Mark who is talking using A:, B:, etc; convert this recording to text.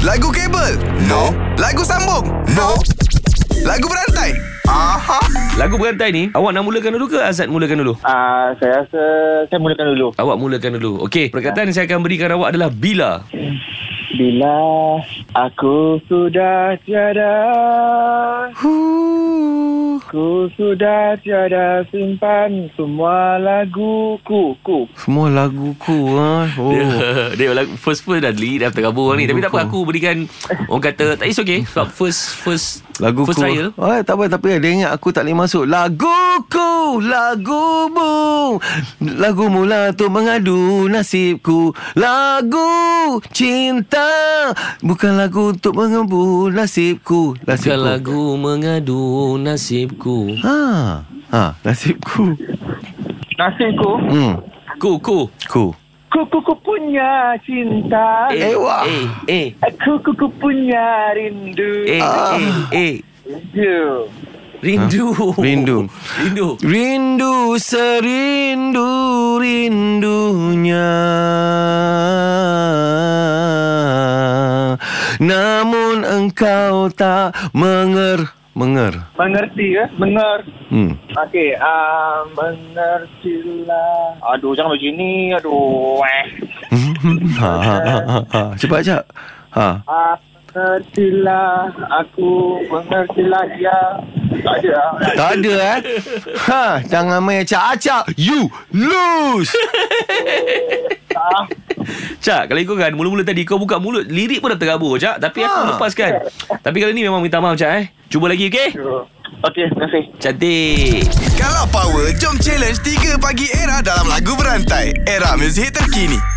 A: Lagu kabel? No. Lagu sambung? No. Lagu berantai? Aha.
B: Lagu berantai ni Awak nak mulakan dulu ke Azad mulakan dulu?
C: Ah, saya rasa saya mulakan dulu.
B: Awak mulakan dulu Okey Perkataan yang saya akan berikan awak adalah Bila
C: Bila aku sudah tiada, aku sudah tiada simpan semua laguku. Ku.
D: Semua laguku ah. Oh.
B: Dia, dia lagu, first first dah delete dah terkabur ni. Tapi tak apa aku berikan orang kata tak is okay sebab first first
D: Laguku.
B: first trial.
D: Oh, tak apa tapi dia ingat aku tak boleh masuk. Laguku, lagumu. Lagu mula tu mengadu nasibku. Lagu cinta bukan lagu untuk mengebu nasibku. Nasibku.
B: Bukan lagu mengadu nasibku.
D: Ha. Ha, nasibku.
C: Nasibku,
D: Hmm.
B: Ku ku.
D: Ku.
C: ku ku, ku punya cinta.
B: Eh
D: Ewa.
B: eh eh
C: Aku ku, ku punya rindu. Ya.
B: eh
D: Ah.
B: eh, eh.
C: Rindu.
B: Ah, Rindu.
D: Rindu.
B: Rindu.
D: Rindu serindu rindunya Namun engkau tak menger Menger
C: Mengerti ke? Mengerti.
D: hmm.
C: Okey, uh, mengertilah. Aduh, jangan macam ni. Aduh. Eh.
D: ha, ha, ha, ha, ha. Cepat cak ha.
C: Ah, mengertilah aku, mengertilah dia. Tak ada lah.
D: Tak ada eh ha, Jangan main acak-acak You lose
B: Cak, kalau ikut kan mula-mula tadi kau buka mulut, lirik pun dah terkabur, Cak. Tapi aku
D: Ha.
B: lepaskan. Tapi kali ni memang minta maaf, Cak eh. Cuba lagi, okey?
C: Okey, terima kasih.
B: Cantik.
A: Kalau power, jom challenge 3 pagi era dalam lagu berantai. Era muzik terkini.